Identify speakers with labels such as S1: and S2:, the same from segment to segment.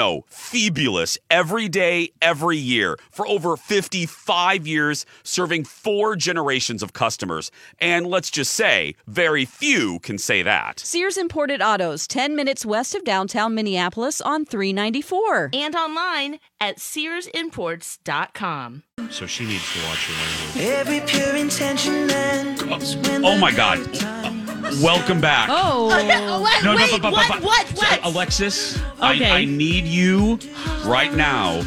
S1: no, Phoebulous, every day, every year, for over 55 years, serving four generations of customers. And let's just say, very few can say that.
S2: Sears Imported Autos, 10 minutes west of downtown Minneapolis on 394.
S3: And online at SearsImports.com.
S4: So she needs to watch
S5: her Every pure intention
S1: oh, oh, my God. Welcome back.
S2: Oh,
S3: what, no, wait, no, what, what, uh, what?
S4: Alexis,
S3: Okay.
S4: I, I need you right now.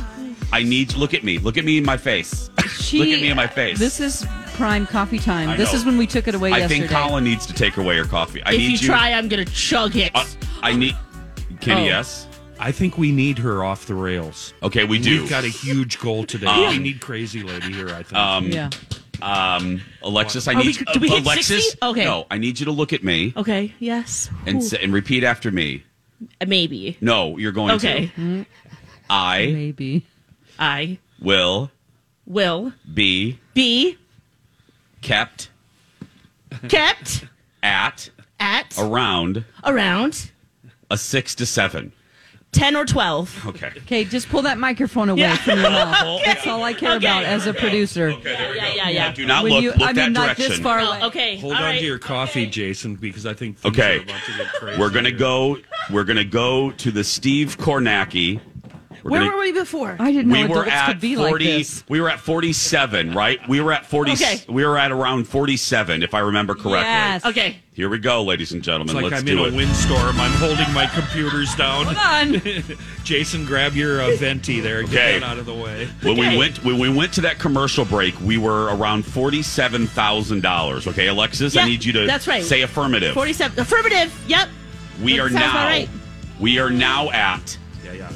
S4: I need look at me. Look at me in my face.
S6: She-
S4: look at me in my face.
S6: This is prime coffee time.
S4: I
S6: this
S4: know.
S6: is when we took it away
S4: I
S6: yesterday.
S4: think Colin needs to take away her coffee. I
S3: if
S4: need
S3: you try, I'm going to chug it.
S4: uh, I need. Can
S3: Oh.
S4: yes?
S7: I think we need her off the rails.
S4: Okay, we do.
S7: We've got a huge goal today. we need crazy lady here. I think.
S4: Um,
S6: Yeah.
S4: um, Alexis, I
S3: Are we-
S4: need.
S3: do we hit
S4: Alexis,
S3: 60? Okay. Oh,
S4: No, I need you to look at me
S3: okay, yes.
S4: and s- and repeat after me.
S3: Uh, Maybe.
S4: No, you're going
S3: Okay,
S4: to. I
S6: Maybe.
S3: I
S4: will
S3: will
S4: be
S3: be
S4: kept
S3: kept
S4: at
S3: at
S4: around
S3: around
S4: a six to seven.
S3: 10 or 12.
S4: Okay.
S6: Okay, just pull that microphone away from your mouth. That's all I care about as a producer.
S4: Okay,
S3: Yeah, yeah, yeah.
S4: Do not
S6: When
S4: look.
S6: you,
S4: look
S6: I
S4: that
S6: mean, not
S4: direction.
S6: this far away.
S3: Okay.
S7: Hold
S3: all
S7: on
S3: right.
S7: to your coffee, Jason, because I think things
S4: Okay.
S7: are about to get crazy.
S4: We're gonna
S7: here.
S4: go. We're gonna go to the Steve Kornacki. We're
S3: Where
S4: gonna-
S3: were we before?
S6: I didn't know
S4: we were
S6: adults
S4: at
S6: could be
S4: 40
S6: like this.
S4: we were at 47 right we were at 40
S3: Okay.
S4: we were at around 47 if i remember correctly
S6: Yes.
S3: Okay.
S4: here we go ladies and
S7: It's
S4: gentlemen
S7: like
S4: let's
S7: I'm in
S4: do
S7: a
S4: it
S7: windstorm. I'm holding my computers down.
S6: Hold on.
S7: Jason, grab your uh, venti there. Get
S4: Okay.
S7: that out of the way.
S4: when
S3: Okay.
S4: we went when we went to that commercial break we were around $47,000 okay alexis i
S3: Yeah,
S4: need you to
S3: that's right.
S4: say affirmative
S3: 47. Affirmative. Yep.
S4: we
S3: that
S4: are
S3: sounds about
S4: now
S3: right.
S4: we are now at
S7: Yeah, yeah.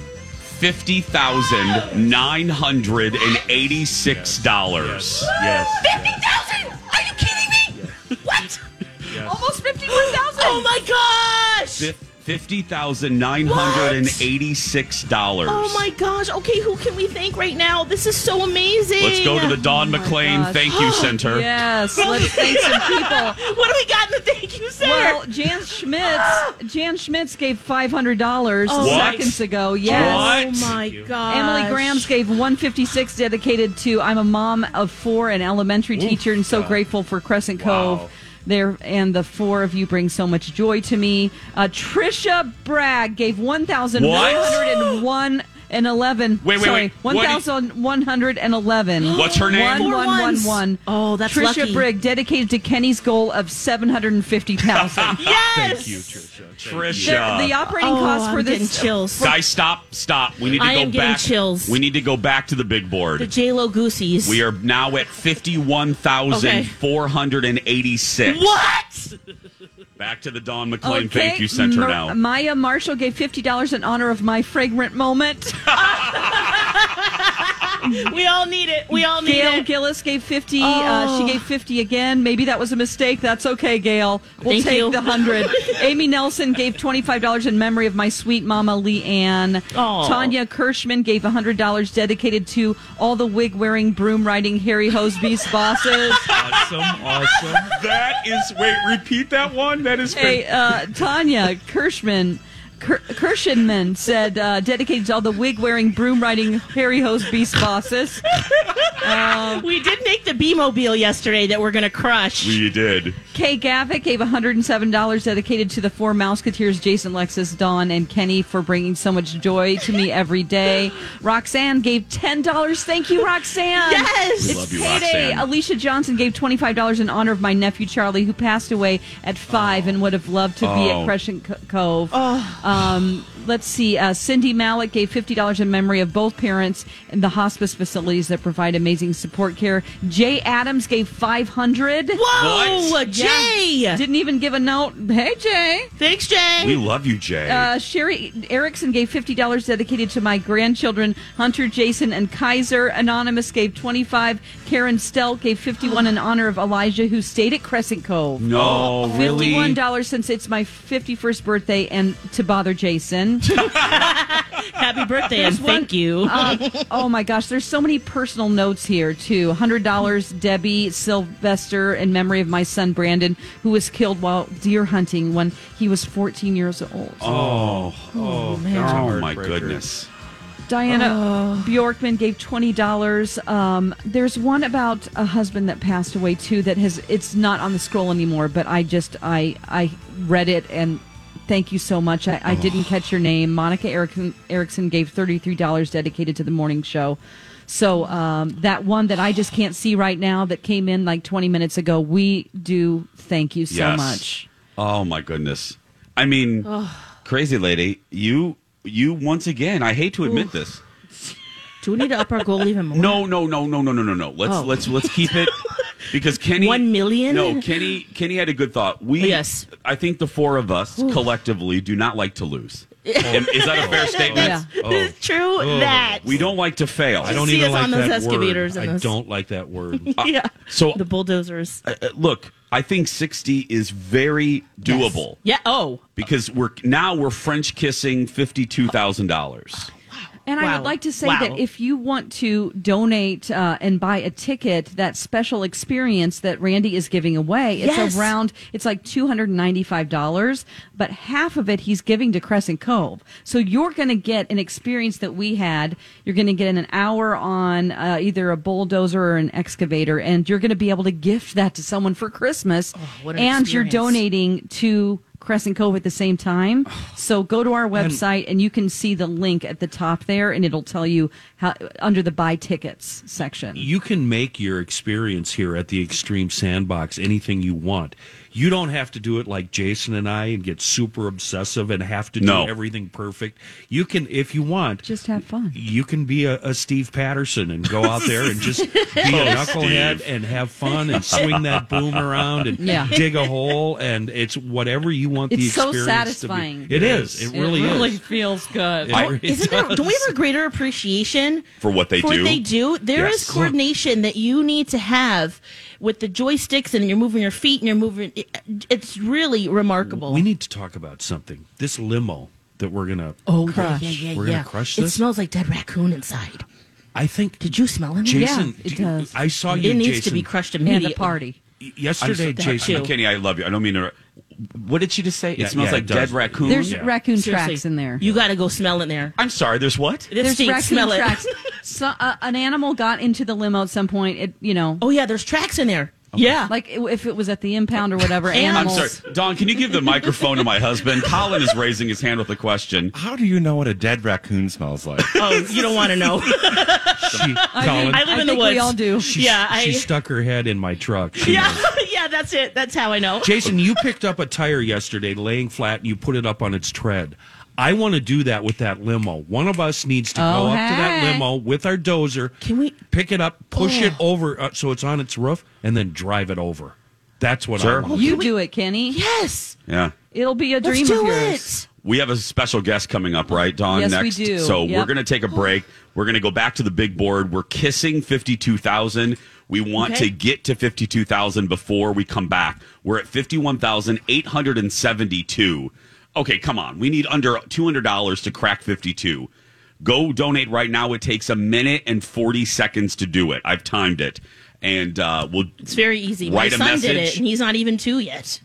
S4: Fifty thousand nine hundred and eighty-six dollars.
S7: Yes. yes,
S3: 50,000? Are you kidding me? What?
S7: yes.
S3: Almost 51,000. Oh my Oh gosh.
S4: Fif-
S1: fifty thousand nine hundred and eighty-six dollars.
S3: Oh my gosh. Okay, who can we thank right now? This is so amazing.
S1: Let's go to the
S3: Oh
S1: Don McLean
S6: gosh.
S1: Thank You Center.
S6: Yes, let's thank some people.
S3: What do we got in the thank you center?
S6: Well, Jan Schmitz, Jan Schmitz gave five hundred dollars
S1: What?
S6: seconds ago. Yes,
S3: oh my gosh.
S6: Emily Grams gave one fifty six dedicated to I'm a mom of four, an elementary teacher, and so grateful for Crescent Cove. There and the four of you bring so much joy to me. Uh, Trisha Bragg gave one thousand one hundred and one and eleven.
S1: Wait, wait,
S6: sorry,
S1: wait. What
S6: One
S1: did-
S6: thousand one hundred and eleven.
S1: What's her name?
S6: One
S3: Four
S6: one one
S3: ones.
S6: one.
S3: Oh, that's
S6: Trisha
S3: lucky.
S6: Brigg dedicated to Kenny's goal of seven hundred and fifty thousand.
S3: Yes.
S8: Thank you, Trisha. Thank you.
S6: The,
S1: Trisha.
S6: the operating
S3: Oh,
S6: cost for
S3: I'm getting
S6: this
S3: chills.
S1: Guys, stop, stop. We need to
S3: I
S1: go
S3: am getting
S1: back.
S3: chills.
S1: We need to go back to the big board.
S3: The J Lo Gooseys.
S1: we are now at fifty-one thousand four hundred and eighty-six.
S3: What?
S1: Back to the Don McLean Thank You Center
S6: Ma-
S1: now.
S6: Maya Marshall gave fifty dollars in honor of my fragrant moment.
S3: We all need it. We all need
S6: Gail
S3: it. Oh.
S6: Gillis gave fifty. Uh, she gave fifty again. Maybe that was a mistake. That's okay, Gail. We'll
S3: Thank
S6: take
S3: you.
S6: the hundred. Amy Nelson gave twenty five dollars in memory of my sweet mama Lee Ann.
S3: Aw.
S6: Tanya Kirschman gave hundred dollars dedicated to all the wig wearing, broom riding, Harry Hosebee's bosses.
S8: Awesome, awesome.
S1: that is. Wait, repeat that one. That is.
S6: Hey, uh, Tanya Kirschman. Kir- Kirschenman said, uh, dedicated to all the wig wearing, broom riding, Harry Hose Beast bosses.
S3: we did make the B mobile yesterday that we're gonna crush.
S1: You did.
S6: Kay Gavick gave $107 dedicated to the four Mouseketeers, Jason, Lexus, Dawn, and Kenny for bringing so much joy to me every day. Roxanne gave $10. Thank you, Roxanne.
S3: Yes!
S6: It's
S3: We
S1: love you,
S6: payday.
S1: Roxanne.
S6: Alicia Johnson gave $25 in honor of my nephew, Charlie, who passed away at five and would have loved to be
S1: Oh.
S6: at Crescent Co- Cove. Um, let's see. Uh, Cindy Malik gave fifty dollars in memory of both parents in the hospice facilities that provide amazing support care. Jay Adams gave five hundred.
S3: Whoa,
S1: What?
S3: Jay!
S6: Didn't even give a note. Hey, Jay.
S3: Thanks, Jay.
S1: We love you, Jay.
S6: Uh, Sherry Erickson gave fifty dollars dedicated to my grandchildren, Hunter, Jason, and Kaiser. Anonymous gave twenty-five. Karen Stelt gave fifty-one in honor of Elijah, who stayed at Crescent Cove.
S1: no, really.
S6: Fifty-one dollars since it's my fifty-first birthday, and to bother Jason.
S3: Happy birthday and
S6: one-
S3: thank you.
S6: Uh, oh my gosh, there's so many personal notes here too. Hundred dollars, Debbie Sylvester, in memory of my son Brandon, who was killed while deer hunting when he was 14 years old.
S1: Oh,
S8: Oh,
S1: oh my goodness.
S6: Diana Bjorkman gave twenty dollars. Um, there's one about a husband that passed away too. That has it's not on the scroll anymore, but I just I I read it and thank you so much. I, I didn't catch your name. Monica Erickson, Erickson gave thirty three dollars dedicated to the morning show. So um, that one that I just can't see right now that came in like twenty minutes ago. We do thank you so
S1: Yes.
S6: much.
S1: Oh my goodness. I mean, crazy lady, you you once again. I hate to admit this.
S3: Do we need to up our goal even more?
S1: No, no, no, no, no, no, no, no. Let's
S3: Oh.
S1: let's let's keep it because Kenny
S3: One million?
S1: No, Kenny Kenny had a good thought. We
S3: Yes.
S1: I think the four of us collectively do not like to lose. Am- Is that a fair statement?
S6: Yeah.
S8: Oh.
S3: It's true that.
S1: We don't e, like to fail.
S8: I don't
S3: See
S8: even
S3: us
S8: like
S3: on those
S8: that
S3: excavators
S8: word.
S3: and
S8: I
S3: those-
S8: don't like that word.
S3: yeah.
S1: So
S3: The bulldozers.
S1: uh, uh, look, I think 60 is very doable
S3: Yeah. Oh.
S1: because we're now we're French kissing $52,000.
S6: And I
S3: Wow.
S6: would like to say
S3: Wow.
S6: that if you want to donate uh, and buy a ticket, that special experience that Randy is giving away, it's
S3: Yes.
S6: around, it's like $295, but half of it he's giving to Crescent Cove. So you're going to get an experience that we had. You're going to get an hour on uh, either a bulldozer or an excavator, and you're going to be able to gift that to someone for Christmas.
S3: Oh, what an
S6: and you're
S3: experience.
S6: donating to Crescent Cove at the same time. So go to our website and you can see the link at the top there, and it'll tell you how under the buy tickets section.
S8: you can make your experience here at the Extreme Sandbox anything you want. You don't have to do it like Jason and I and get super obsessive and have to do
S1: No.
S8: everything perfect. You can, if you want,
S6: Just have fun.
S8: you can be a, a Steve Patterson and go out there and just be a knucklehead and have fun and swing that boom around and
S6: Yeah.
S8: dig a hole and it's whatever you want the
S6: It's so
S8: experience
S6: satisfying.
S8: to be. It is. It really, is.
S6: feels good.
S8: It
S9: Oh,
S8: really
S3: Isn't there,
S8: does.
S3: don't we have a greater appreciation
S1: For what they
S3: for
S1: do?
S3: what they do? There is
S8: Yes.
S3: coordination that you need to have
S9: with the joysticks and you're moving your feet and you're moving. It, it's really remarkable.
S8: We need to talk about something. This limo that we're gonna
S9: oh
S8: crush.
S9: yeah, yeah, yeah.
S8: we're
S9: yeah.
S8: gonna crush
S9: It
S8: this.
S9: smells like dead raccoon inside.
S8: I think.
S9: Did you smell it?
S8: Jason,
S9: yeah,
S8: do
S9: it
S8: you-
S9: does.
S8: I saw
S9: It
S8: you.
S9: needs to
S8: Jason,
S9: be crushed
S8: y-
S9: immediately.
S6: party.
S8: Yesterday,
S9: That
S8: Jason.
S9: too.
S1: Kenny, I love you. I don't mean to. What did she just say?
S8: Yeah,
S1: it smells
S8: yeah,
S1: like
S8: it does.
S1: dead raccoon.
S6: There's
S8: Yeah.
S6: raccoon
S9: Seriously.
S6: tracks in there.
S9: You got to go smell in there.
S1: I'm sorry. There's what?
S9: This
S6: There's
S9: stinks.
S6: raccoon
S9: Smell it.
S6: tracks. so, uh, an animal got into the limo at some point. It, you know,
S9: Oh yeah, there's tracks in there. Yeah.
S6: like i- if it was at the impound or whatever.
S9: And-
S1: I'm
S6: animals.
S1: sorry, Don. Can you give the microphone to my husband? Colin is raising his hand with a question.
S10: How do you know what a dead raccoon smells like?
S9: oh, you don't want to know.
S8: She, Colin,
S6: think-
S9: I live in the
S6: think
S9: woods.
S6: We all do.
S8: she,
S9: yeah,
S8: she
S9: I-
S8: stuck her head in my truck. She
S9: yeah,
S8: knows.
S9: yeah. That's it. That's how I know.
S8: Jason, you picked up a tire yesterday laying flat and you put it up on its tread. I want to do that with that limo. One of us needs to
S6: Oh,
S8: go up to that
S6: hey.
S8: limo with our dozer.
S9: Can we- Oh.
S8: pick it up, push it over uh, so it's on its roof, and then drive it over? That's what
S1: Sure.
S8: I
S9: Oh,
S8: want.
S6: You do it, Kenny.
S9: Yes.
S1: Yeah.
S6: It'll be a dream
S9: Let's do
S6: of yours.
S9: it.
S1: We have a special guest coming up, right, Don?
S6: Yes, we
S1: next.
S6: do.
S1: So we're
S6: Yep.
S1: going to take a break. We're going to go back to the big board. We're kissing 52,000. We want
S9: Okay.
S1: to get to 52,000 before we come back. We're at 51,872. Okay, come on. We need under $200 to crack 52. Go donate right now. It takes a minute and 40 seconds to do it. I've timed it. And uh, we'll
S9: It's very easy.
S1: Write a
S9: My son did
S1: message.
S9: it, and he's not even two yet.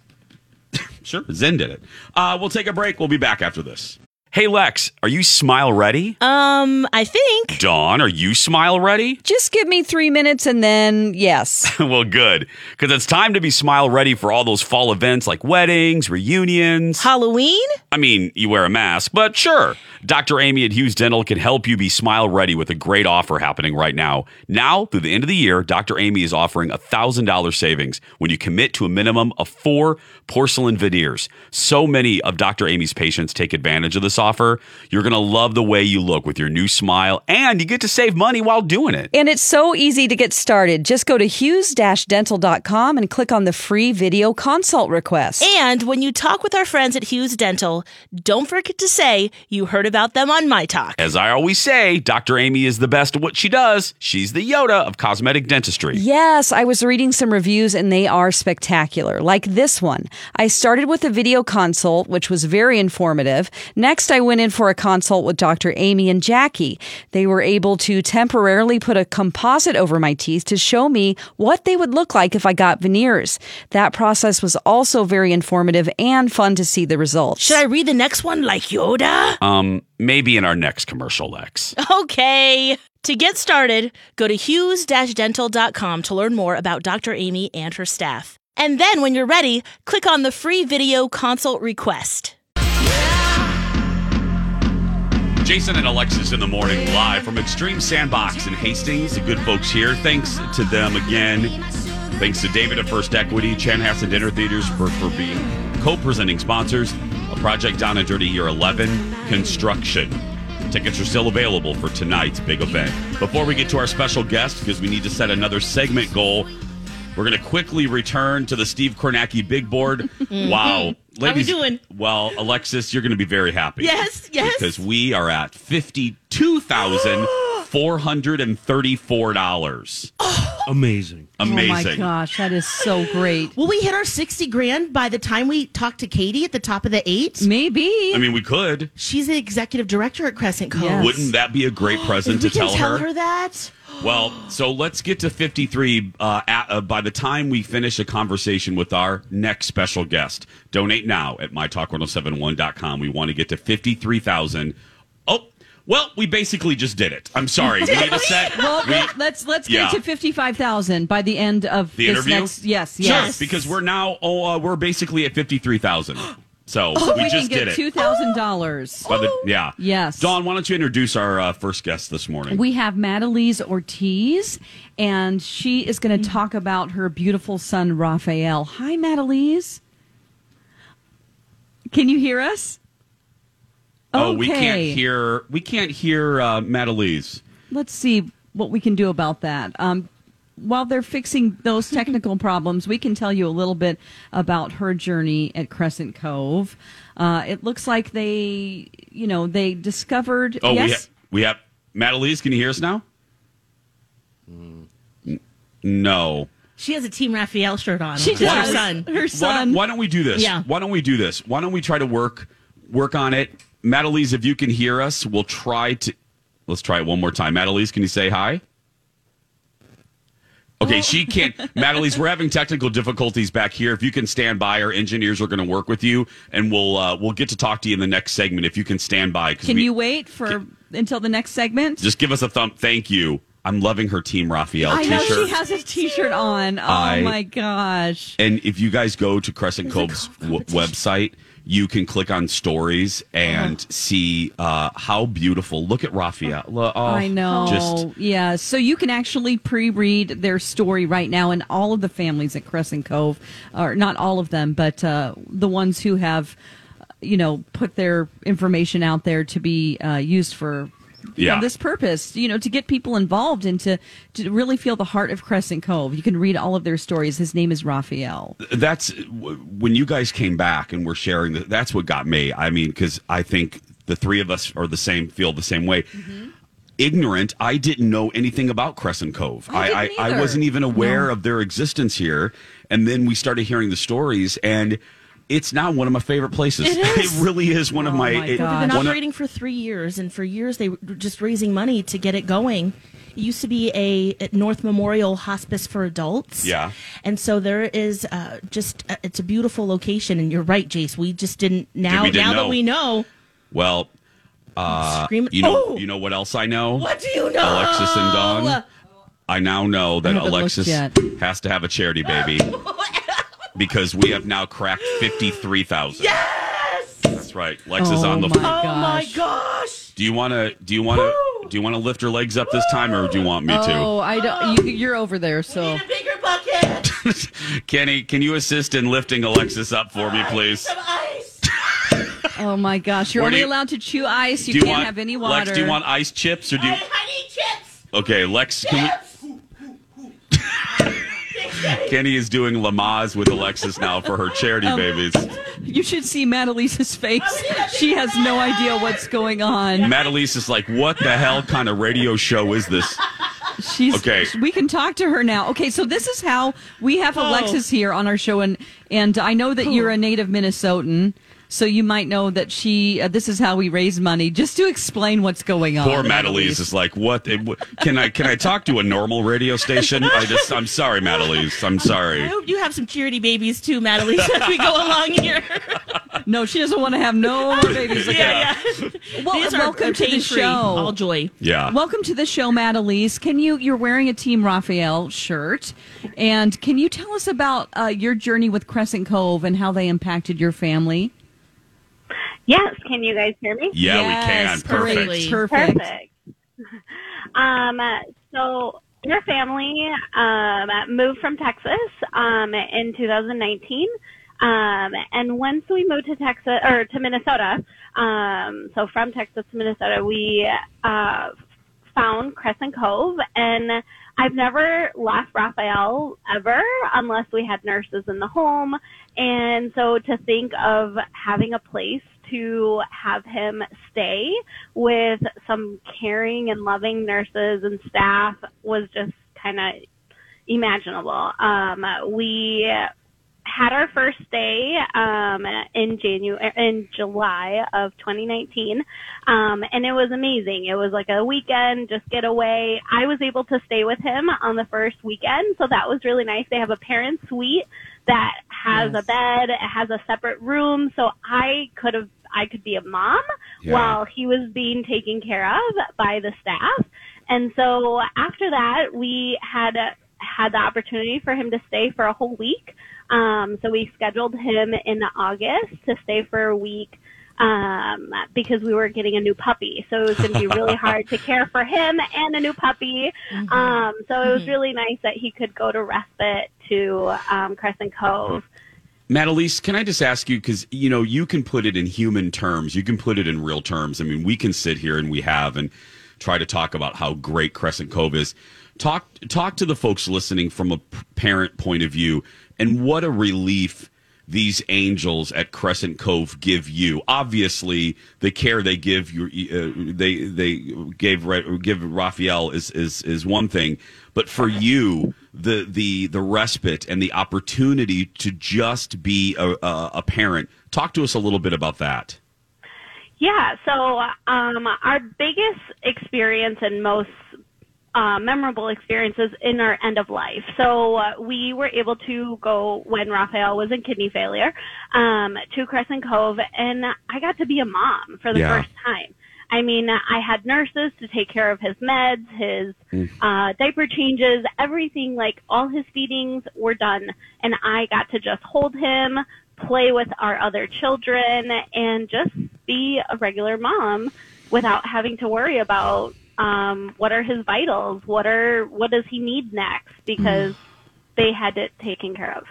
S1: Sure. Zen did it. Uh, we'll take a break. We'll be back after this. Hey, Lex, are you smile ready?
S3: Um, I think.
S1: Dawn, are you smile ready?
S6: Just give me three minutes and then yes.
S1: well, good. Because it's time to be smile ready for all those fall events like weddings, reunions.
S3: Halloween?
S1: I mean, you wear a mask, but sure. Dr. Amy at Hughes Dental can help you be smile ready with a great offer happening right now. Now, through the end of the year, Dr. Amy is offering $1,000 savings when you commit to a minimum of four porcelain veneers. So many of Dr. Amy's patients take advantage of this offer. You're going to love the way you look with your new smile, and you get to save money while doing it.
S11: And it's so easy to get started. Just go to hughes-dental.com and click on the free video consult request.
S3: And when you talk with our friends at Hughes Dental, don't forget to say you heard about them on My Talk.
S1: As I always say, Dr. Amy is the best at what she does. She's the Yoda of cosmetic dentistry.
S11: Yes, I was reading some reviews and they are spectacular, like this one. I started with a video consult, which was very informative. Next, I went in for a consult with Dr. Amy and Jackie. They were able to temporarily put a composite over my teeth to show me what they would look like if I got veneers. That process was also very informative and fun to see the results.
S3: Should I read the next one like Yoda?
S1: Um, maybe in our next commercial, Lex.
S3: Okay. To get started, go to hughes-dental.com to learn more about Dr. Amy and her staff. And then when you're ready, click on the free video consult request.
S1: Jason and Alexis in the morning, live from Extreme Sandbox in Hastings. The good folks here. Thanks to them again. Thanks to David at First Equity, Chanhassen Dinner Theaters for, for being co-presenting sponsors of Project Down and Dirty Year 11 Construction. Tickets are still available for tonight's big event. Before we get to our special guest, because we need to set another segment goal, we're going to quickly return to the Steve Kornacki big board. wow.
S9: we doing?
S1: Well, Alexis, you're going to be very happy.
S9: Yes, yes.
S1: Because we are at fifty-two thousand four hundred and thirty-four dollars.
S9: Oh
S8: Amazing.
S1: Amazing.
S6: Oh my gosh, that is so great.
S9: Will we hit our sixty grand by the time we talk to Katie at the top of the eight?
S6: Maybe.
S1: I mean, we could.
S9: She's the executive director at Crescent Cove.
S6: Yes.
S1: Wouldn't that be a great
S9: If
S1: present
S9: we
S1: to tell,
S9: can tell her that.
S1: Well, so let's get to 53 uh, at, uh, by the time we finish a conversation with our next special guest. Donate now at mytalk1071.com. We want to get to 53,000. Oh, well, we basically just did it. I'm sorry. We need a set.
S6: well,
S1: we-
S6: let, let's let's
S1: Yeah.
S6: get to fifty-five thousand by the end of
S1: the
S6: this
S1: interview?
S6: Next, yes,
S1: Sure,
S6: yes.
S1: because we're now, oh, uh, we're basically at 53,000. So
S6: So
S1: we,
S6: we
S1: just did
S6: can Oh, get
S1: it.
S6: two Oh. thousand dollars.
S1: By the- yeah.
S6: Yes.
S1: Dawn, why don't you introduce our uh, first guest this morning?
S6: We have Madalise Ortiz, and she is going to talk about her beautiful son Raphael. Hi, Madalise. Can you hear us?
S1: Oh, we can't
S6: Okay.
S1: hear. We can't hear uh, Madalise.
S6: Let's see what we can do about that. Um, while they're fixing those technical problems, we can tell you a little bit about her journey at Crescent Cove. Uh, it looks like they, you know, they discovered.
S1: Oh,
S6: yes,
S1: we have we have Madalise. Can you hear us now? N- No.
S3: She has a Team Raphael shirt on.
S6: She
S3: Her
S6: does.
S3: son.
S6: Her
S1: Why don't,
S6: son.
S1: why don't we do this?
S3: Yeah.
S1: Why don't we do this? Why don't we try to work work on it? Madalise, if you can hear us, we'll try to let's try it one more time. Madalise, can you say hi? Okay, she
S6: Oh.
S1: can't. Madalise, we're having technical difficulties back here. If you can stand by, our engineers are going to work with you, and we'll uh, we'll get to talk to you in the next segment. If you can stand by, 'cause
S6: Can
S1: we-
S6: you wait for until the next segment?
S1: just give us a thump? Thank you. I'm loving her Team Raphael
S6: I know
S1: t-shirt.
S6: she has a T-shirt on. Oh
S1: I-
S6: my gosh!
S1: And if you guys go to Crescent Cove's w- website, you can click on stories and see uh, how beautiful. Look at Raphael. Lo- oh,
S6: I know.
S1: Just
S6: yeah. So you can actually pre-read their story right now, and all of the families at Crescent Cove, or not all of them, but uh, the ones who have, uh, you know, put their information out there to be uh, used for. you know,
S1: Yeah.
S6: this purpose, you know, to get people involved and to, to really feel the heart of Crescent Cove. You can read all of their stories. His name is Raphael.
S1: that's w- when you guys came back and were sharing. The, that's what got me. I mean, because I think the three of us are the same, feel the same way. Ignorant, I didn't know anything about Crescent Cove. I,
S12: didn't
S1: I, I
S12: either.
S1: wasn't even aware of their existence here. And then we started hearing the stories, and it's now one of my favorite places.
S3: It is.
S1: really is one of my. it-
S3: Well, they've been
S1: one of-
S3: operating for three years, and for years they were just raising money to get it going. It used to be a at North Memorial Hospice for adults.
S1: Yeah.
S3: and so there is uh, just uh, it's a beautiful location, and you're right, Jace. We just didn't now
S1: we didn't
S3: now
S1: know.
S3: that we know.
S1: Well, uh,
S3: Scream-
S1: you know,
S3: Oh!
S1: you know what else I know?
S3: What do you know?
S1: Alexis and Dawn.
S6: Oh.
S1: I now know that
S3: haven't
S1: Alexis
S3: looked
S1: has to have a charity baby because we have now cracked fifty-three thousand. Yes,
S6: Oh
S1: that's right. Lex is on the
S3: Oh
S1: floor.
S3: my gosh!
S1: Do you want to? Do you want to? Do you want to lift her legs up this time, or do you want me
S6: Oh, I don't. You, you're over there, so
S3: Bigger bucket.
S1: to? Kenny, can you assist in lifting Alexis up for me, please?
S6: oh my gosh, you're
S1: Where do
S6: only
S1: you-
S6: allowed to chew ice. You
S1: Do
S6: can't
S1: want-
S6: have any water.
S1: Lex, do you want ice chips or do you?
S3: Honey chips.
S1: Okay, Lex, can we... Kenny is doing Lamaze with Alexis now for her charity
S6: Um,
S1: babies.
S6: You should see Madalisa's face. She has no idea what's going on.
S1: Madalise is like, what the hell kind of radio show is this?
S6: She's
S1: Okay.
S6: We can talk to her now. Okay, so this is how we have
S3: Oh.
S6: Alexis here on our show, and and I know that you're a native Minnesotan, so you might know that she. Uh, this is how we raise money. Just to explain what's going on.
S1: Poor Madalise is like, what? it- wh- Can I can I talk to a normal radio station? I just, I'm sorry, Madalise. I'm
S3: I
S1: sorry.
S3: hope Oh, you have some charity babies too, Madeline, as we go along here.
S6: No, she doesn't want to have no more babies. Okay.
S3: yeah, yeah.
S6: Well,
S3: These are
S6: welcome to the
S3: pain-free.
S6: show.
S3: All joy.
S1: Yeah.
S6: Welcome to the show, Madalise. Can you? You're wearing a Team Raphael shirt, and can you tell us about uh, your journey with Crescent Cove and how they impacted your family?
S7: Yes, can you guys hear me?
S1: Yeah,
S6: Yes,
S1: we can. Perfect.
S6: great. Perfect.
S7: Perfect. Um, so your family um, moved from Texas um, in 2019. Um, and once we moved to Texas or to Minnesota, um, so from Texas to Minnesota, we uh, found Crescent Cove, and I've never left Raphael ever unless we had nurses in the home. And so to think of having a place to have him stay with some caring and loving nurses and staff was just kind of imaginable. Um, we had our first day um, in January, in July of 2019, um, and it was amazing. It was like a weekend, just get away. I was able to stay with him on the first weekend, so that was really nice. They have a parent suite that has a bed, it has a separate room, so I could have, I could be a mom
S13: Yeah.
S7: while he was being taken care of by the staff. And so after that, we had had the opportunity for him to stay for a whole week. Um, so we scheduled him in August to stay for a week um, because we were getting a new puppy. So it was going to be really hard to care for him and a new puppy. Um, so it was really nice that he could go to respite to um, Crescent Cove.
S1: Madalise, can I just ask you because you know you can put it in human terms, you can put it in real terms. I mean, we can sit here and we have and try to talk about how great Crescent Cove is. Talk talk to the folks listening from a p- parent point of view, and what a relief these angels at Crescent Cove give you. Obviously, the care they give your uh, they they gave Ra- give Raphael is is is one thing, But for you, the the the respite and the opportunity to just be a, a, a parent. Talk to us a little bit about that.
S7: Yeah, so um, our biggest experience and most uh, memorable experiences in our end of life. So uh, we were able to go when Raphael was in kidney failure um, to Crescent Cove, and I got to be a mom for the
S14: Yeah.
S7: first time. I mean, I had nurses to take care of his meds, his uh, diaper changes, everything. Like all his feedings were done, and I got to just hold him, play with our other children, and just be a regular mom um, without having to worry about um, what are his vitals, what are what does he need next, because they had it taken care of.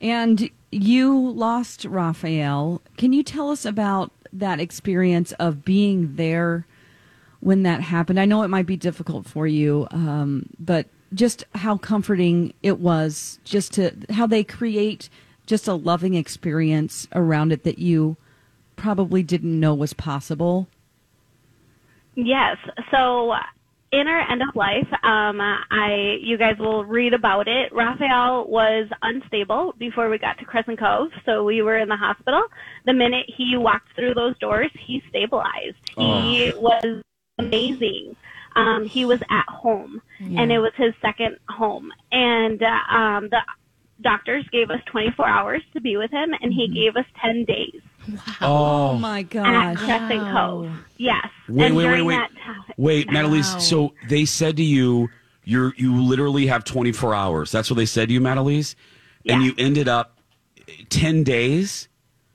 S6: And you lost Raphael. Can you tell us about that experience of being there when that happened? I know it might be difficult for you, um, but just how comforting it was, just to how they create just a loving experience around it that you probably didn't know was possible.
S7: Yes. So in our end of life, um, I you guys will read about it. Raphael was unstable before we got to Crescent Cove, so we were in the hospital. The minute he walked through those doors, he stabilized. He
S14: Oh.
S7: was amazing. Um, he was at home,
S14: Yeah.
S7: and it was his second home. And uh, um, the doctors gave us 24 hours to be with him, and he gave us 10 days
S6: Oh my
S7: at
S6: gosh.
S7: Crescent Cove. Yes.
S1: Wait,
S7: and
S1: wait, wait,
S7: during
S1: wait,
S7: that time,
S1: wait, Natalise. So they said to you, "You're you literally have 24 hours." That's what they said to you, Natalise, and you ended up 10 days,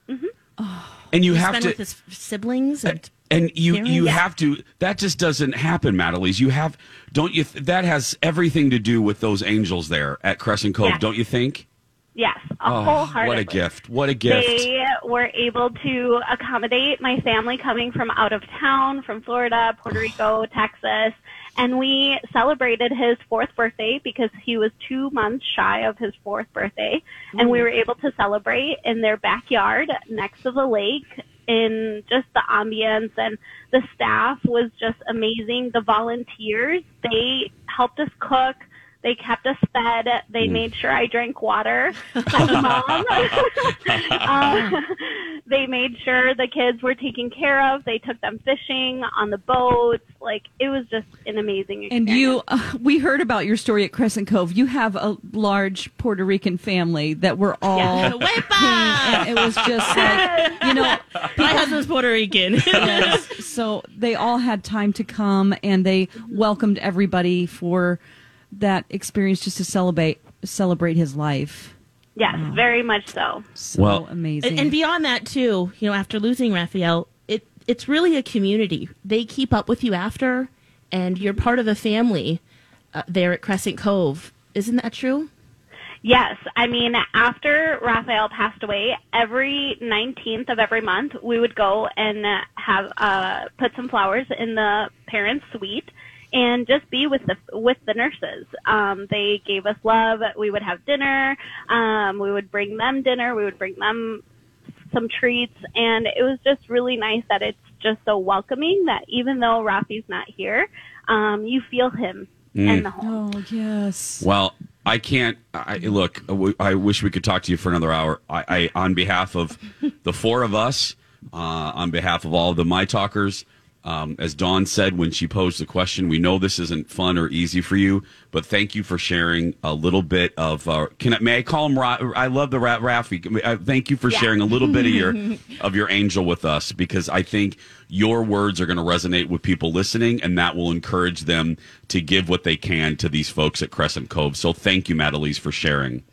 S7: Mm-hmm.
S1: and you have
S9: spend
S1: to
S9: with his siblings and
S1: And you
S9: Parents?
S1: you
S9: Yeah.
S1: have to that just doesn't happen, Madalise. You have don't you th- that has everything to do with those angels there at Crescent Cove,
S7: Yeah.
S1: don't you think?
S7: Yes, a
S1: Oh, what
S7: wholeheartedly.
S1: a gift. What a gift.
S7: They were able to accommodate my family coming from out of town, from Florida, Puerto Rico, Texas, and we celebrated his fourth birthday because he was two months shy of his fourth birthday, and we
S14: Ooh.
S7: were able to celebrate in their backyard next to the lake. In just the ambience and the staff was just amazing. The volunteers, they helped us cook. They kept us fed. They made sure I drank water. As a mom, um, they made sure the kids were taken care of. They took them fishing on the boats. Like it was just an amazing
S6: And
S7: experience.
S6: you, uh, we heard about your story at Crescent Cove. You have a large Puerto Rican family that were all.
S14: Yeah.
S6: And it was just like, you know,
S9: My husband's Puerto Rican.
S6: Yes. so they all had time to come and they welcomed everybody for that experience just to celebrate celebrate his life.
S7: Yes, very much so.
S6: So
S1: Well-
S6: amazing.
S9: And, and beyond that, too, you know, after losing Raphael, it it's really a community. They keep up with you after, and you're part of a family uh, there at Crescent Cove. Isn't that true?
S7: Yes, I mean after Raphael passed away, every 19th of every month we would go and uh, have uh, put some flowers in the parents' suite and just be with the with the nurses. Um, they gave us love. We would have dinner. Um, we would bring them dinner. We would bring them some treats, and it was just really nice that it's just so welcoming that even though Rafi's not here, um, you feel him
S1: Mm.
S7: and the home.
S6: Oh yes.
S1: Well, I can't. I, look, I w- I wish we could talk to you for another hour. I, I on behalf of the four of us, uh, on behalf of all of the my talkers, um, as Dawn said when she posed the question, we know this isn't fun or easy for you, but thank you for sharing a little bit of. Uh, can I, may I call him? Ra- I love the Ra- Rafi. Can we- uh, Thank you for
S14: Yeah.
S1: sharing a little bit of your of your angel with us because I think your words are going to resonate with people listening and that will encourage them to give what they can to these folks at Crescent Cove. So thank you, Madalise, for sharing.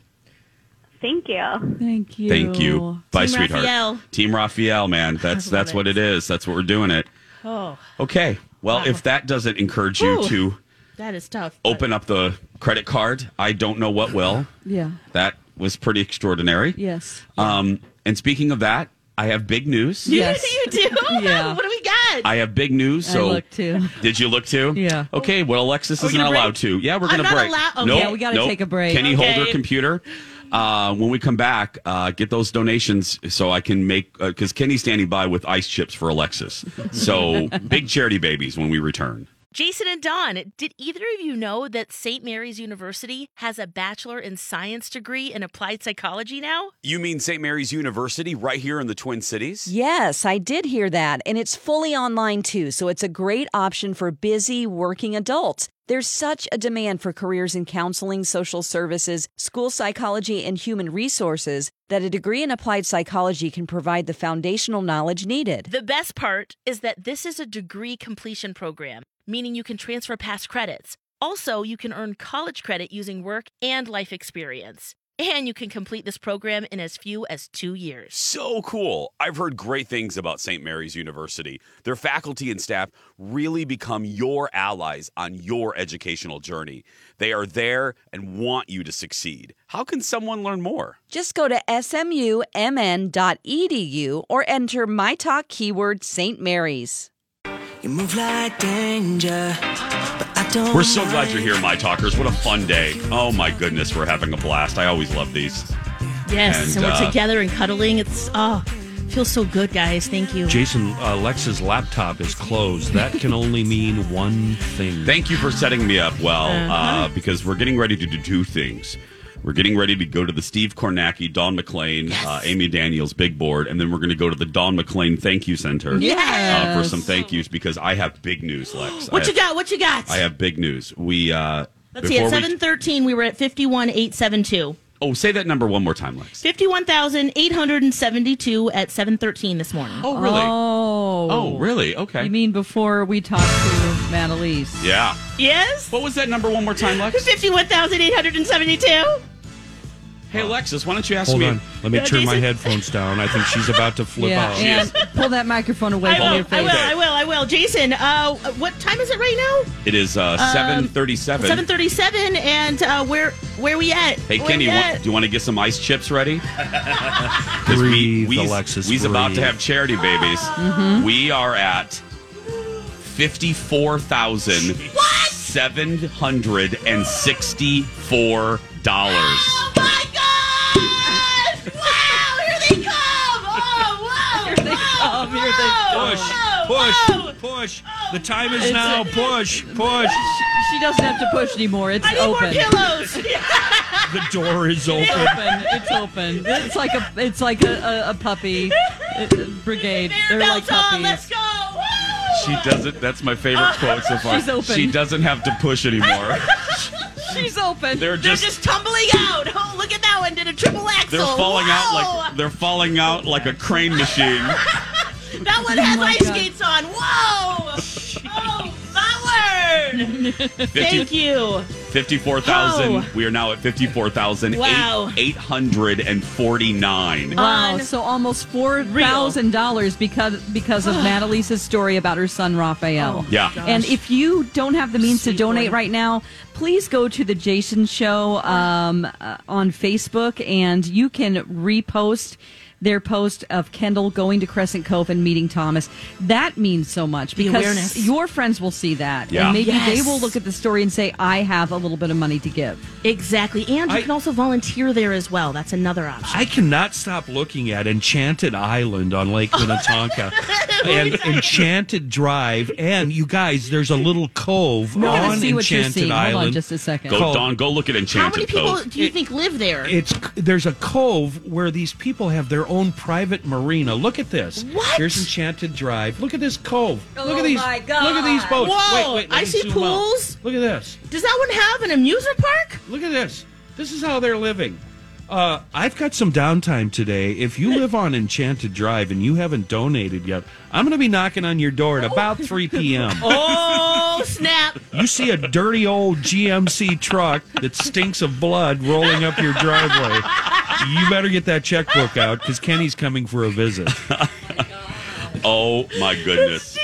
S7: Thank you.
S6: Thank you.
S1: Thank you. Bye,
S7: Team
S1: sweetheart.
S7: Raphael.
S1: Team Raphael, man. That's that's what it is. That's what we're doing it.
S9: Oh,
S1: Okay. Well, if that doesn't encourage you
S9: Ooh.
S1: to
S9: that is tough.
S1: open up the credit card, I don't know what will.
S6: Yeah.
S1: That was pretty extraordinary.
S6: Yes.
S1: Um, and speaking of that, I have big news.
S9: you do.
S6: Yeah.
S9: What do we got?
S1: I have big news. So
S6: I look too.
S1: Did you look too? Yeah. Okay. Well, Alexis
S6: Are we
S15: Oh,
S1: isn't
S6: gonna break?
S1: allowed to. Yeah, we're going
S6: I'm
S1: to
S6: not
S1: break.
S6: allow- okay, we gotta take a break.
S1: Kenny,
S6: Okay.
S1: hold her computer. Uh, when we come back, uh, get those donations so I can make uh, because Kenny's standing by with ice chips for Alexis. So big charity babies when we return.
S3: Jason and Don, did either of you know that St. Mary's University has a bachelor in science degree in applied psychology now?
S15: You mean St. Mary's University right here in the Twin Cities?
S2: Yes, I did hear that. And it's fully online too, so it's a great option for busy working adults. There's such a demand for careers in counseling, social services, school psychology, and human resources that a degree in applied psychology can provide the foundational knowledge needed.
S3: The best part is that this is a degree completion program, meaning you can transfer past credits. Also, you can earn college credit using work and life experience. And you can complete this program in as few as two years.
S15: So cool. I've heard great things about St. Mary's University. Their faculty and staff really become your allies on your educational journey. They are there and want you to succeed. How can someone learn more?
S2: Just go to smumn.edu E or enter my talk keyword St. Mary's.
S5: You move like danger, but I don't.
S1: We're so glad you're here, my talkers. What a fun day. Oh my goodness, we're having a blast. I always love these.
S3: Yes, and,
S1: And,
S3: we're
S1: uh,
S3: together and cuddling. It's, oh, feels so good, guys. Thank you.
S7: Jason, uh, Lex's laptop is closed. That can only mean one thing.
S1: Thank you for setting me up well,
S3: Uh-huh.
S1: uh, because we're getting ready to do two things. We're getting ready to go to the Steve Kornacki, Don McLean, uh, Amy Daniels big board, and then we're going to go to the Don McLean Thank You Center uh, for
S3: Yes.
S1: some thank yous because I have big news, Lex. I
S3: What you
S1: have-
S3: got? What you got?
S1: I have big news. We uh,
S3: Let's see. At
S1: before we-
S3: seven thirteen, we were at fifty one eight seven two.
S1: Oh, say that number one more time, Lex.
S3: Fifty one thousand eight hundred and seventy two at seven thirteen this morning.
S1: Oh, really?
S6: Oh.
S1: Oh, really? Okay.
S6: You mean before we talked to Madalise?
S1: Yeah.
S3: Yes.
S1: What was that number one more time, Lex?
S3: Fifty one thousand eight hundred and seventy two.
S1: Hey, Alexis, why don't you ask
S7: Hold
S1: me?
S7: on. Let me
S3: Uh,
S7: turn my
S3: Jason?
S7: headphones down. I think she's about to flip
S6: yeah,
S7: out.
S6: and pull that microphone away
S3: I
S6: from your
S3: will. I
S6: face.
S3: will. I will. I will. Jason, uh, what time is it right now?
S1: It is uh,
S3: Um,
S1: seven thirty-seven.
S3: Seven thirty seven. And uh, where where we at?
S1: Hey,
S3: Where
S1: Kenny,
S3: we
S1: wa-
S3: at?
S1: do you want to get some ice chips ready? 'Cause
S7: Breathe,
S1: we, we's,
S7: Alexis,
S1: We's about to
S7: breathe.
S1: have charity babies.
S3: Mm-hmm.
S1: We are at fifty-four thousand seven hundred and sixty-four dollars.
S3: Oh my God! Wow! Here they come! Oh, wow! Here they come! Here they
S7: Push,
S3: Oh,
S7: push, push. The time is now. Push, push.
S6: She doesn't have to push anymore. It's
S3: I need
S6: open.
S3: more pillows.
S7: The door is open.
S6: open. It's open. It's like a it's like a, a, a puppy uh, brigade. They're like
S3: Belts on. Let's go.
S6: puppies.
S3: Woo!
S1: She doesn't. That's my
S3: Ah,
S1: favorite quote so far.
S6: She's open.
S1: She doesn't have to push anymore.
S6: She's open.
S1: They're
S3: They're
S1: just.
S3: just tumbling out. Oh, look at that one. Did a triple axel.
S1: they're falling
S3: Whoa.
S1: out like they're falling out like a crane machine.
S3: That one has
S6: my
S3: ice
S6: God.
S3: skates on. Whoa! Oh, my word!
S1: 50
S3: Thank you.
S1: 54,000.
S3: Oh.
S1: We are now at 54,000.
S3: Wow. Oh
S1: 849.
S6: Wow,
S3: on-
S6: so almost four thousand dollars because because of Madalise's story about her son Raphael.
S1: Yeah.
S6: And if you don't have the means to
S3: Sweet
S6: donate
S3: boy.
S6: right now, please go to the Jason Show um, uh, on Facebook, and you can repost their post of Kendall going to Crescent Cove and meeting Thomas. That means so much because
S3: awareness.
S6: your friends will see that,
S1: Yeah.
S6: and maybe they
S3: Yes.
S6: will look at the story and say, "I have a little bit of money to give."
S3: Exactly. And you
S7: I-
S3: can also volunteer there as well. That's another option.
S7: I cannot stop looking at Enchanted Island on Lake Minnetonka and Enchanted Drive. And you guys, there's a little cove
S6: We're gonna
S7: on
S6: see what you're
S7: Enchanted
S6: seeing. Hold on
S7: Island.
S6: just a second.
S1: Go,
S7: Called-
S1: Don, go look at
S3: How many
S1: Enchanted
S3: people
S1: Cove.
S3: do you think live there?
S7: It's there's a cove where these people have their own private marina. Look at this.
S3: What?
S7: Here's Enchanted Drive. Look at this cove. look
S2: Oh
S7: at these.
S2: my God.
S7: Look at these boats.
S3: Whoa,
S7: Wait, wait, let
S3: I
S7: me
S3: see
S7: zoom out.
S3: pools.
S7: Look at this.
S3: Does that one have an amusement park?
S7: Look at this. This is how they're living. Uh, I've got some downtime today. If you live on Enchanted Drive and you haven't donated yet, I'm going to be knocking on your door at about 3 p.m.
S3: Oh, snap.
S7: You see a dirty old GMC truck that stinks of blood rolling up your driveway. You better get that checkbook out because Kenny's coming for a visit.
S1: Oh, my goodness.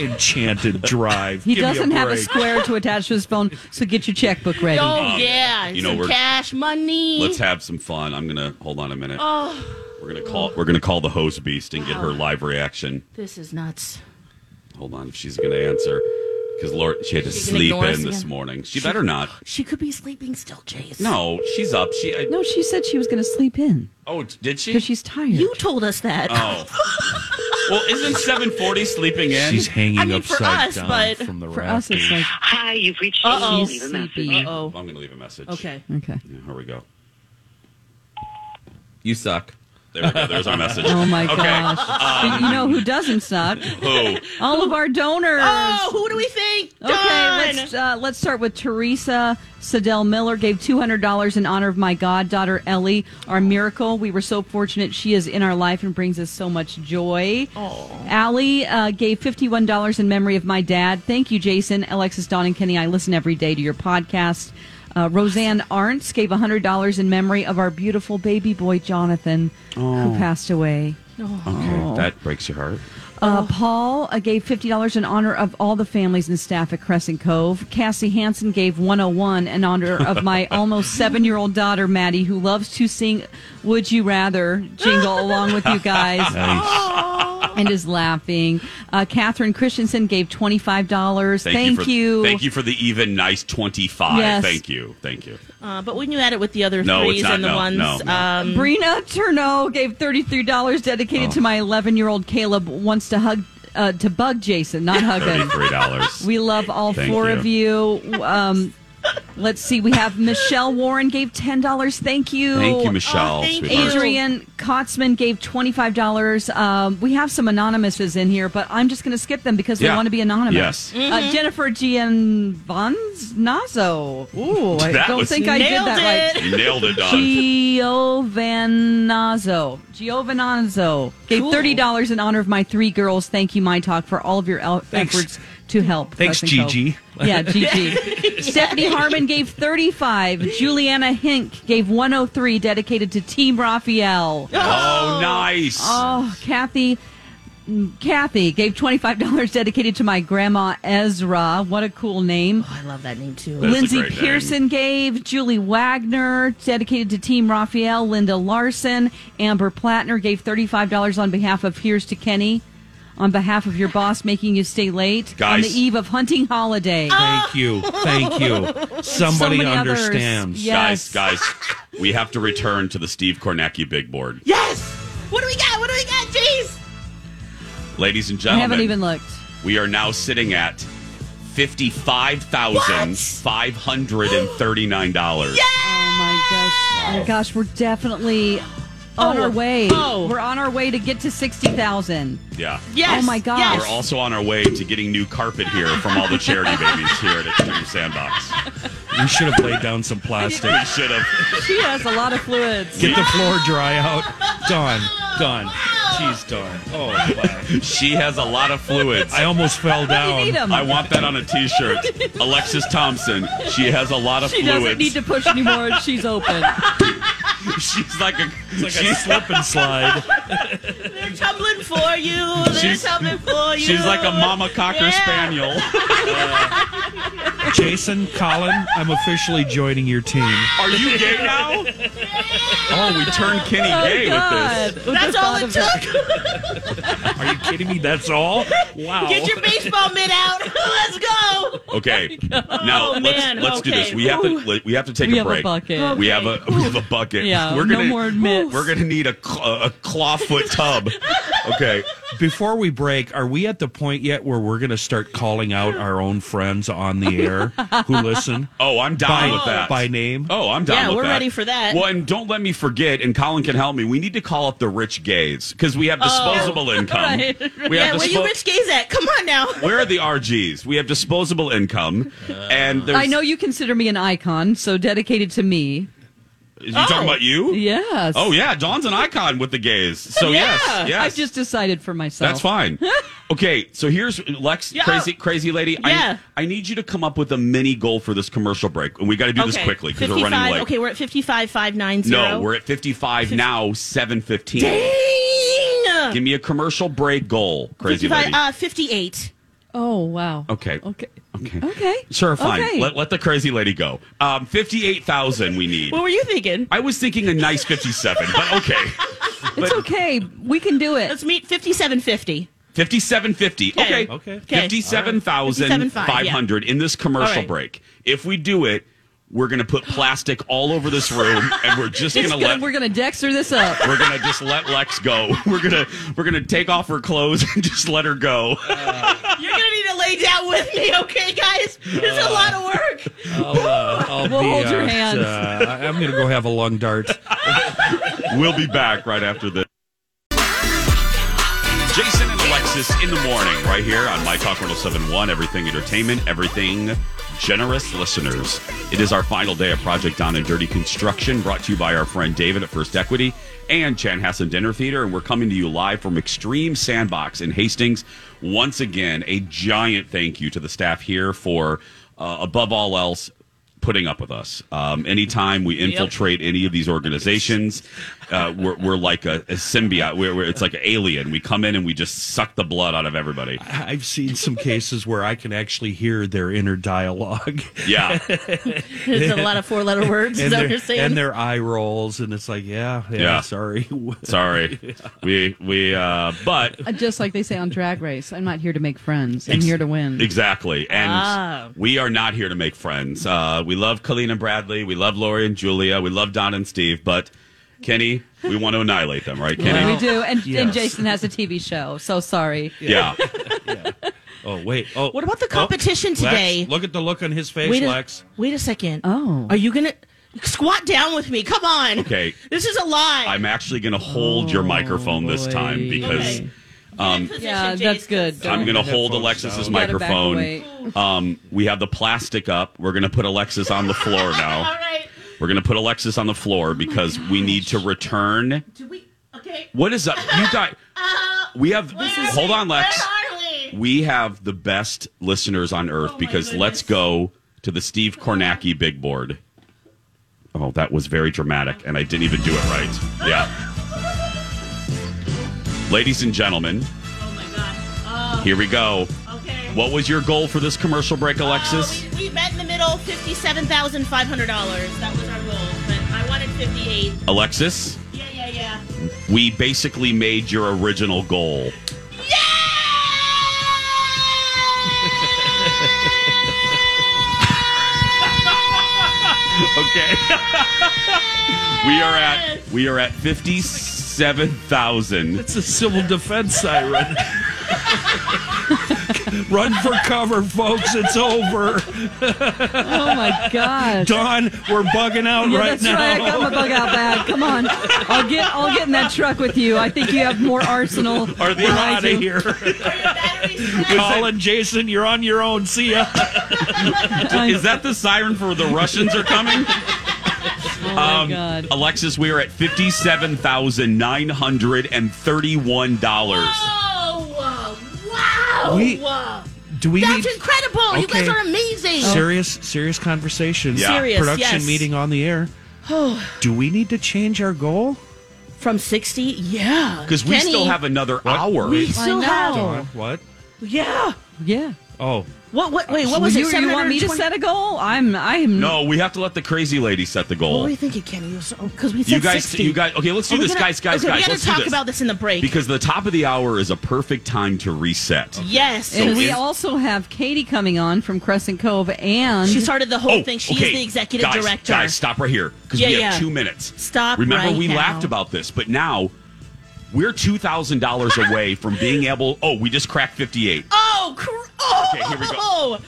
S7: Enchanted Drive.
S6: He
S7: Give me
S6: doesn't have a
S7: break.
S6: square to attach to his phone, so get your checkbook ready.
S3: Oh, yeah.
S1: you know,
S3: Some
S1: we're-
S3: cash money.
S1: Let's have some fun. I'm going to hold on a minute. We're going to call we're going to call the host beast and get her live reaction.
S3: This is nuts.
S1: Hold on if she's going to answer cuz Lord she had to
S3: gonna
S1: sleep
S3: ignore us
S1: in this
S3: again.
S1: morning. She, better not.
S3: She could be sleeping still, Jace.
S1: No, she's up. She I,
S6: No, she said she was going to sleep in
S1: Oh, did she?
S6: because she's tired.
S3: You told us that.
S1: oh. Well, isn't 740 sleeping in?
S7: She's hanging
S3: I mean,
S7: upside
S3: for us,
S7: down
S3: but-
S7: from the
S3: for
S7: rafters.
S3: us, it's like-
S2: Hi, you've reached
S3: Uh-oh.
S2: Leave a message.
S3: Uh-oh.
S1: I'm going to leave a message.
S3: Oh, Okay.
S6: Okay.
S1: Yeah, here we go.
S16: You suck.
S1: There we go. There's our message.
S6: Oh my
S1: Okay.
S6: gosh!
S1: Um,
S6: But you know who doesn't suck?
S1: Who?
S6: All of our donors.
S3: Oh, who do we think?
S6: Okay,
S3: Done!
S6: let's uh, let's start with Teresa Sedell Miller gave two hundred dollars in honor of my goddaughter Ellie, our miracle. We were so fortunate she is in our life and brings us so much joy. Allie uh, gave fifty one dollars in memory of my dad. Thank you, Jason, Alexis, Don, and Kenny. I listen every day to your podcast. Uh, Roseanne Arntz gave hundred dollars in memory of our beautiful baby boy Jonathan,
S1: Oh.
S6: who passed away. oh.
S1: Okay, that breaks your heart.
S6: Uh, Paul uh, gave fifty dollars in honor of all the families and staff at Crescent Cove. Cassie Hansen gave one hundred one in honor of my almost seven-year-old daughter Maddie, who loves to sing "Would You Rather" jingle along with you guys and is laughing. Uh, Catherine Christensen gave twenty-five dollars. Thank,
S1: for, Thank you for the even nice 25.
S6: Yes.
S1: Thank you. Thank you.
S3: Uh, but when you add it with the other
S1: No, it's
S3: threes
S1: not.
S3: and the
S1: No,
S3: ones,
S1: no, no.
S3: Um,
S6: Brina Turno gave thirty-three dollars dedicated
S1: Oh.
S6: to my eleven-year-old Caleb. Wants to hug uh, to bug Jason, not hug him.
S1: $33.
S6: We love all
S1: Thank
S6: four of you. Um, let's see. We have Michelle Warren gave ten dollars. Thank you.
S1: Thank you, Michelle, Oh, thank sweetheart. you.
S6: Adrian Kotzman gave twenty five dollars. Um, we have some anonymouses in here, but I'm just going to skip them because
S1: Yeah.
S6: they want to be
S1: Yes.
S6: anonymous.
S3: Mm-hmm.
S6: Uh, Jennifer Giovanazzo. Ooh, I
S1: That
S6: don't
S1: was-
S6: think I did
S3: Nailed
S6: that right.
S1: You nailed it, Don.
S6: Giovanazzo. Giovanazzo gave
S3: Cool.
S6: thirty dollars in honor of my three girls. Thank you, my talk, for all of your el-
S7: Thanks.
S6: efforts to help.
S7: Thanks,
S6: Crescent Cove.
S7: Gigi.
S6: Yeah, Gigi. Stephanie Harmon gave thirty-five. Juliana Hink gave one hundred three, dedicated to Team Raphael.
S1: Oh, nice.
S6: Oh, Kathy. Kathy gave twenty-five dollars dedicated to my grandma Ezra. What a cool name!
S3: I love that name too.
S1: That's a
S6: Lindsay
S1: great name.
S6: Pearson gave, Julie Wagner dedicated to Team Raphael, Linda Larson, Amber Plattner gave $35 on behalf of Here's to Kenny, on behalf of your boss making you stay late on
S7: Guys.
S6: the eve of hunting holiday.
S7: Thank you. Thank you. Somebody
S6: many others.
S7: understands.
S6: Yeah. Yes.
S1: Guys, guys, we have to return to the Steve Kornacki big board.
S3: Yes. What do we got? What do we got? Jeez.
S1: Ladies and
S6: I
S1: gentlemen,
S6: haven't even looked.
S1: we are now sitting at $55,539.
S6: Oh my gosh. Oh my gosh, we're definitely on
S3: Oh.
S6: our way.
S3: Oh.
S6: We're on our way to get to 60,000.
S1: Yeah.
S3: Yes.
S6: Oh my gosh.
S1: We're also on our way to getting new carpet here from all the charity babies here at Extreme Sandbox.
S7: We should have laid down some plastic.
S1: We should have.
S6: She has a lot of fluids.
S7: Get the floor dry out. Dawn. Dawn. Jeez, Dawn. Oh, wow.
S1: She has a lot of fluids.
S7: I almost fell
S6: you need
S7: down.
S6: 'em?
S1: I want that on a T-shirt. Alexis Thompson. She has a lot of
S6: She
S1: fluids.
S6: doesn't need to push anymore. She's open.
S1: She's like a.
S7: It's like a
S1: she's,
S7: slip and slide.
S3: They're tumbling for you. They're
S1: She's-
S3: tumbling for you.
S1: she's like a mama cocker
S3: Yeah.
S1: spaniel.
S7: Jason, Colin, I'm officially joining your team.
S1: Are you gay now? Oh, we turned Kenny gay with this.
S3: That's all it took.
S7: Are you kidding me? That's all? Wow.
S3: Get your baseball mitt out. Let's go.
S1: Okay, now
S3: Oh,
S1: let's
S3: man.
S1: let's do this.
S3: Okay.
S1: We have to we have to take
S6: We
S1: a
S6: have a
S1: break.
S6: bucket.
S1: We have a we have a bucket.
S6: Yeah,
S1: we're
S6: no
S1: gonna
S6: more mitts.
S1: we're gonna need a cl- a clawfoot tub. Okay,
S7: Before we break, are we at the point yet where we're going to start calling out our own friends on the air who listen?
S1: Oh, I'm down
S7: by,
S1: with that.
S7: By name?
S1: Oh, I'm down
S3: Yeah,
S1: with
S3: we're
S1: that.
S3: ready for that.
S1: Well, and don't let me forget, and Colin can help me, we need to call up the rich gays because we have disposable income. We
S3: Oh, yeah,
S1: have
S3: where
S1: dispo-
S3: you rich gays at? Come on now.
S1: Where are the RGs? We have disposable income,
S3: Uh,
S1: and there's.
S6: I know you consider me an icon, so dedicated to me.
S1: Is you
S3: Oh.
S1: talking about you?
S6: Yes.
S1: Oh, yeah. Dawn's an icon with the gays. So, yes. Yes.
S6: I've just decided for myself.
S1: That's fine. okay, so here's Lex,
S3: Yeah.
S1: crazy, crazy lady.
S3: Yeah.
S1: I, I need you to come up with a mini goal for this commercial break, and we got to do this quickly because we're
S3: 55
S1: running late.
S3: Okay, we're at 55,590.
S1: no, we're at 55 now, 715.
S3: Dang!
S1: Give me a commercial break goal, crazy
S3: 55
S1: lady.
S3: Uh, 58.
S6: Oh wow.
S1: okay.
S6: Okay.
S1: Okay.
S6: Okay.
S1: Sure, fine.
S6: Okay.
S1: Let, let the crazy lady go. Um, 58,000 we need.
S3: What were you thinking?
S1: I was thinking a nice 57, but okay.
S6: it's okay. We can do it.
S3: Let's meet 5750.
S1: 5750. Okay.
S7: Okay.
S3: Okay.
S1: 57,500 in this commercial
S3: All right.
S1: break. If we do it, We're going to put plastic all over this room, and we're just going to let
S6: we're gonna Dexter this up.
S1: we're gonna just let Lex go. We're gonna we're gonna take off her clothes and just let her go.
S3: You're gonna need to lay down with me, okay, guys? It's a lot of work.
S8: I'll, uh, I'll
S6: We'll
S8: be
S6: hold your
S8: out.
S6: hands.
S8: Uh, I- I'm going to go have a lung dart.
S1: we'll be back right after this. Jason and Alexis in the morning, right here on My Talk 1071, Everything Entertainment, Everything Generous Listeners. It is our final day of Project Down and Dirty Construction, brought to you by our friend David at First Equity and Chanhassen Dinner Theater. And we're coming to you live from Extreme Sandbox in Hastings. Once again, a giant thank you to the staff here for, uh, above all else, putting up with us. Um, anytime we infiltrate any of these organizations, uh, we're, we're like a, a symbiote. We're, we're, it's like an alien. We come in and we just suck the blood out of everybody.
S8: I've seen some cases where I can actually hear their inner dialogue.
S1: Yeah.
S9: There's a lot of four letter words. Is
S8: and,
S9: that
S8: their,
S9: what you're saying?
S8: and their eye rolls, and it's like, yeah, yeah,
S1: Yeah.
S8: sorry.
S1: Sorry. We, we, uh, but
S6: Uh, Just like they say on Drag Race, I'm not here to make friends. I'm here to win.
S1: Exactly. And
S6: Ah.
S1: we are not here to make friends. Uh, we love Colleen and Bradley. We love Lori and Julia. We love Don and Steve. But Kenny, we want to annihilate them, right, Kenny?
S6: we do. And, and
S8: Yes.
S6: Jason has a TV show. So sorry.
S1: Yeah.
S8: Oh, wait. Oh,
S9: What about the
S8: Oh,
S9: competition
S8: Lex,
S9: today?
S8: look at the look on his face,
S9: wait, a,
S8: Lex.
S9: wait a second. Oh. Are you going to squat down with me? Come on.
S1: Okay.
S9: This is a lie.
S1: I'm actually going to hold your microphone this time because
S9: Okay.
S1: um,
S6: Yeah, Uh, that's good.
S1: I'm going to
S6: Don't-
S1: hold
S6: down.
S1: Alexis's
S6: You gotta back
S1: microphone.
S6: away.
S1: Um, we have the plastic up. We're going to put Alexis on the floor now. We're going to put Alexis on the floor because we need to return.
S9: Do we? Okay.
S1: What is up? You guys. We have. hold on, Lex.
S9: Where are we?
S1: have the best listeners on earth because let's go to the Steve Kornacki big board. Oh, that was very dramatic, and I didn't even do it right. Yeah. Ladies and gentlemen,
S3: Oh
S1: here we go.
S3: Uh, Okay. Uh,
S1: What was your goal for this commercial break, Alexis?
S3: We met in the middle, fifty-seven thousand five hundred dollars. That was our goal, but I wanted fifty-eight.
S1: Alexis,
S3: Yeah, yeah, yeah.
S1: we basically made your original goal. Okay. we are at we are at fifty seven thousand.
S8: It's a civil defense siren. Run for cover, folks. It's over.
S6: Oh my God.
S8: Don, we're bugging out
S6: Yeah,
S8: right
S6: that's
S8: now.
S6: right. I got my bug out bag. Come on, I'll get I'll get in that truck with you. I think you have more arsenal.
S8: Are they
S6: than I
S8: out of
S6: do.
S8: here? Colin, Jason, you're on your own. See ya.
S1: Is that the siren for the Russians are coming?
S6: Oh my God.
S1: Alexis, we are at fifty seven thousand nine hundred and thirty one dollars.
S3: Oh, wow!
S8: We-
S3: wow.
S8: Do we
S3: That's
S8: need
S3: incredible! You
S8: Okay.
S3: guys are amazing.
S8: serious, serious conversation?
S1: Yeah. Serious,
S8: Production
S9: yes.
S8: meeting on the air.
S9: Oh,
S8: Do we need to change our goal?
S9: from 60? Yeah.
S1: Because we
S9: Kenny,
S1: still have another hour.
S9: We still
S6: know.
S9: have.
S8: Don, what?
S9: Yeah.
S6: Yeah.
S8: Oh,
S9: What, what, wait, what was
S6: you,
S9: it?
S6: you want me to
S9: 720?
S6: set a goal? I'm I am
S1: no, we have to let the crazy lady set the
S9: What
S3: Oh,
S1: goal.
S9: were you thinking, Kenny? Because we said
S1: You guys,
S9: 60.
S1: you guys. Okay, let's do
S9: Are we
S1: this,
S9: gonna-
S1: guys, guys,
S9: okay, we
S1: guys.
S9: gotta
S1: Let's
S3: Talk
S1: do this.
S3: about this in the break.
S1: because the top of the hour is a perfect time to reset.
S3: yes,
S6: And
S1: So
S6: we
S1: is-
S6: also have Katie coming on from Crescent Cove, and
S3: she started the whole
S1: Oh,
S3: thing. She
S1: okay.
S3: is the executive
S1: guys,
S3: director.
S1: Guys, stop right here because
S3: Yeah,
S1: we have
S3: yeah.
S1: two minutes.
S3: Stop
S1: Remember,
S3: right
S1: we
S3: now.
S1: laughed about this, but now we're two thousand dollars away from being able. Oh, we just cracked fifty-eight.
S3: Oh, cr- oh,
S1: Okay, here we go.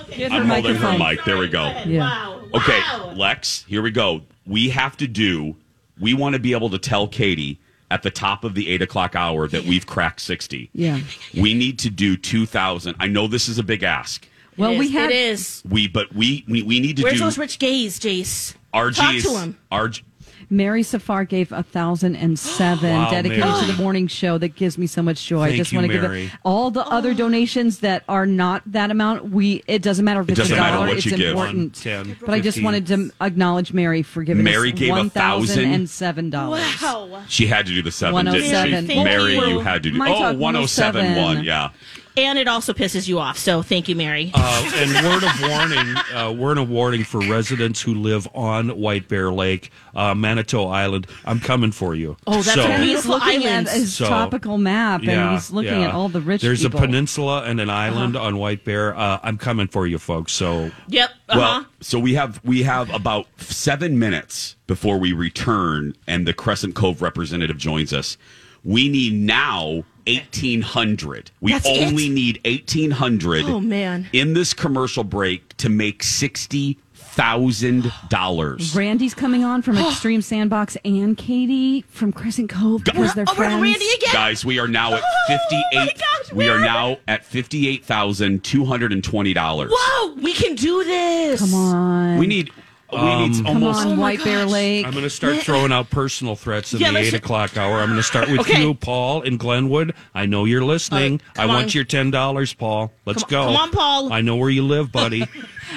S3: Okay.
S6: Get
S1: I'm
S6: her
S1: holding her
S6: microphone.
S1: mic. There we go.
S3: Sorry,
S6: Yeah.
S3: Wow.
S1: Okay,
S3: Wow.
S1: Lex, here we go. We have to do. We want to be able to tell Katie at the top of the eight o'clock hour that we've cracked sixty.
S6: Yeah.
S1: We need to do two thousand. I know this is a big ask.
S6: well,
S9: It
S6: we
S9: is,
S6: have
S9: It is.
S1: We but we we, we need to
S9: Where's
S1: do
S9: those rich gays, Jace?
S1: RG's
S9: Talk to him.
S1: RG
S6: Mary Safar gave a thousand and seven
S8: Wow,
S6: dedicated
S8: Mary.
S6: to the morning show. That gives me so much joy. I
S8: Thank
S6: just
S8: you,
S6: want to give
S8: Mary.
S6: it all the
S9: Oh.
S6: other donations that are not that amount. We it doesn't matter if
S1: It
S6: it's
S1: doesn't
S6: a
S1: matter
S6: dollar.
S1: what
S6: it's
S1: you give.
S6: important.
S8: One, 10,
S6: but I just
S8: 15.
S6: wanted to acknowledge Mary for giving
S1: Mary
S6: us
S1: gave a
S6: one
S1: thousand?
S6: thousand and seven dollars.
S3: Oh, Wow.
S1: She had to do the seven, didn't
S6: 107.
S1: she? Mary,
S6: Thank
S1: you
S6: you.
S1: had to do
S6: My
S1: oh
S6: Talk
S1: 107 one,
S6: 107.
S1: yeah.
S3: And it also pisses you off. So thank you, Mary.
S7: Uh, and word of warning, uh, word of warning for residents who live on White Bear Lake, uh, Manitou Island. I'm coming for you.
S6: Oh, that's so, he's looking at his so, tropical map, and
S7: yeah,
S6: he's looking
S7: yeah.
S6: at all the rich.
S7: There's
S6: people. Uh-huh.
S7: a peninsula and an island on White Bear. Uh, I'm coming for you, folks. So
S3: Yep. Uh-huh.
S1: Well, so we have we have about seven minutes before we return, and the Crescent Cove representative joins us. We need now eighteen hundred. We
S3: That's it?
S1: only need eighteen hundred.
S3: Oh, man.
S1: In this commercial break to make sixty thousand dollars.
S6: Randy's coming on from Extreme Sandbox, and Katie from Crescent Cove because
S3: Oh,
S6: they're friends.
S1: Guys, we are now at fifty-eight. we are now at fifty-eight thousand two hundred and twenty dollars.
S3: Whoa, we can do this. Come
S6: on.
S1: We need. We
S3: Um,
S1: need
S6: Come
S1: almost.
S3: Oh
S6: on, White Bear Lake.
S7: I'm going to start throwing out personal threats in
S3: Yeah,
S7: the
S3: let's
S7: eight
S3: ju-
S7: o'clock hour. I'm going to start with
S3: Okay.
S7: you, Paul, in Glenwood. I know you're listening.
S3: All right,
S7: I
S3: Uh, come
S7: want
S3: on.
S7: your ten dollars, Paul. Let's
S3: Come-
S7: go.
S3: come on, Paul.
S7: I know where you live, buddy.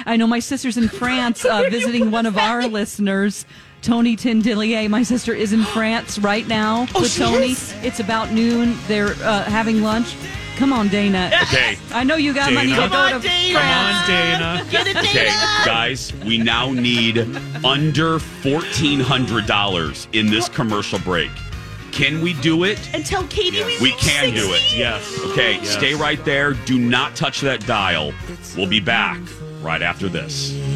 S6: I know my sister's in France uh, visiting one of our listeners, Tony Tindillier. My sister is in France right now
S3: Oh,
S6: with
S3: she
S6: Tony.
S3: is?
S6: It's about noon. They're uh, having lunch. Come on, Dana.
S1: Okay.
S6: I know you got money to
S1: Dana.
S6: go
S1: Come
S6: to
S3: Dana.
S6: France.
S7: Dana.
S3: Get it,
S1: Okay,
S3: Dana.
S1: guys, we now need under fourteen hundred dollars in this commercial break. Can we do it?
S3: And tell Katie we
S1: We
S3: reached
S1: can
S3: 60.
S1: do it.
S7: Yes.
S1: Okay,
S7: Yes.
S1: stay right there. Do not touch that dial. We'll be back right after this.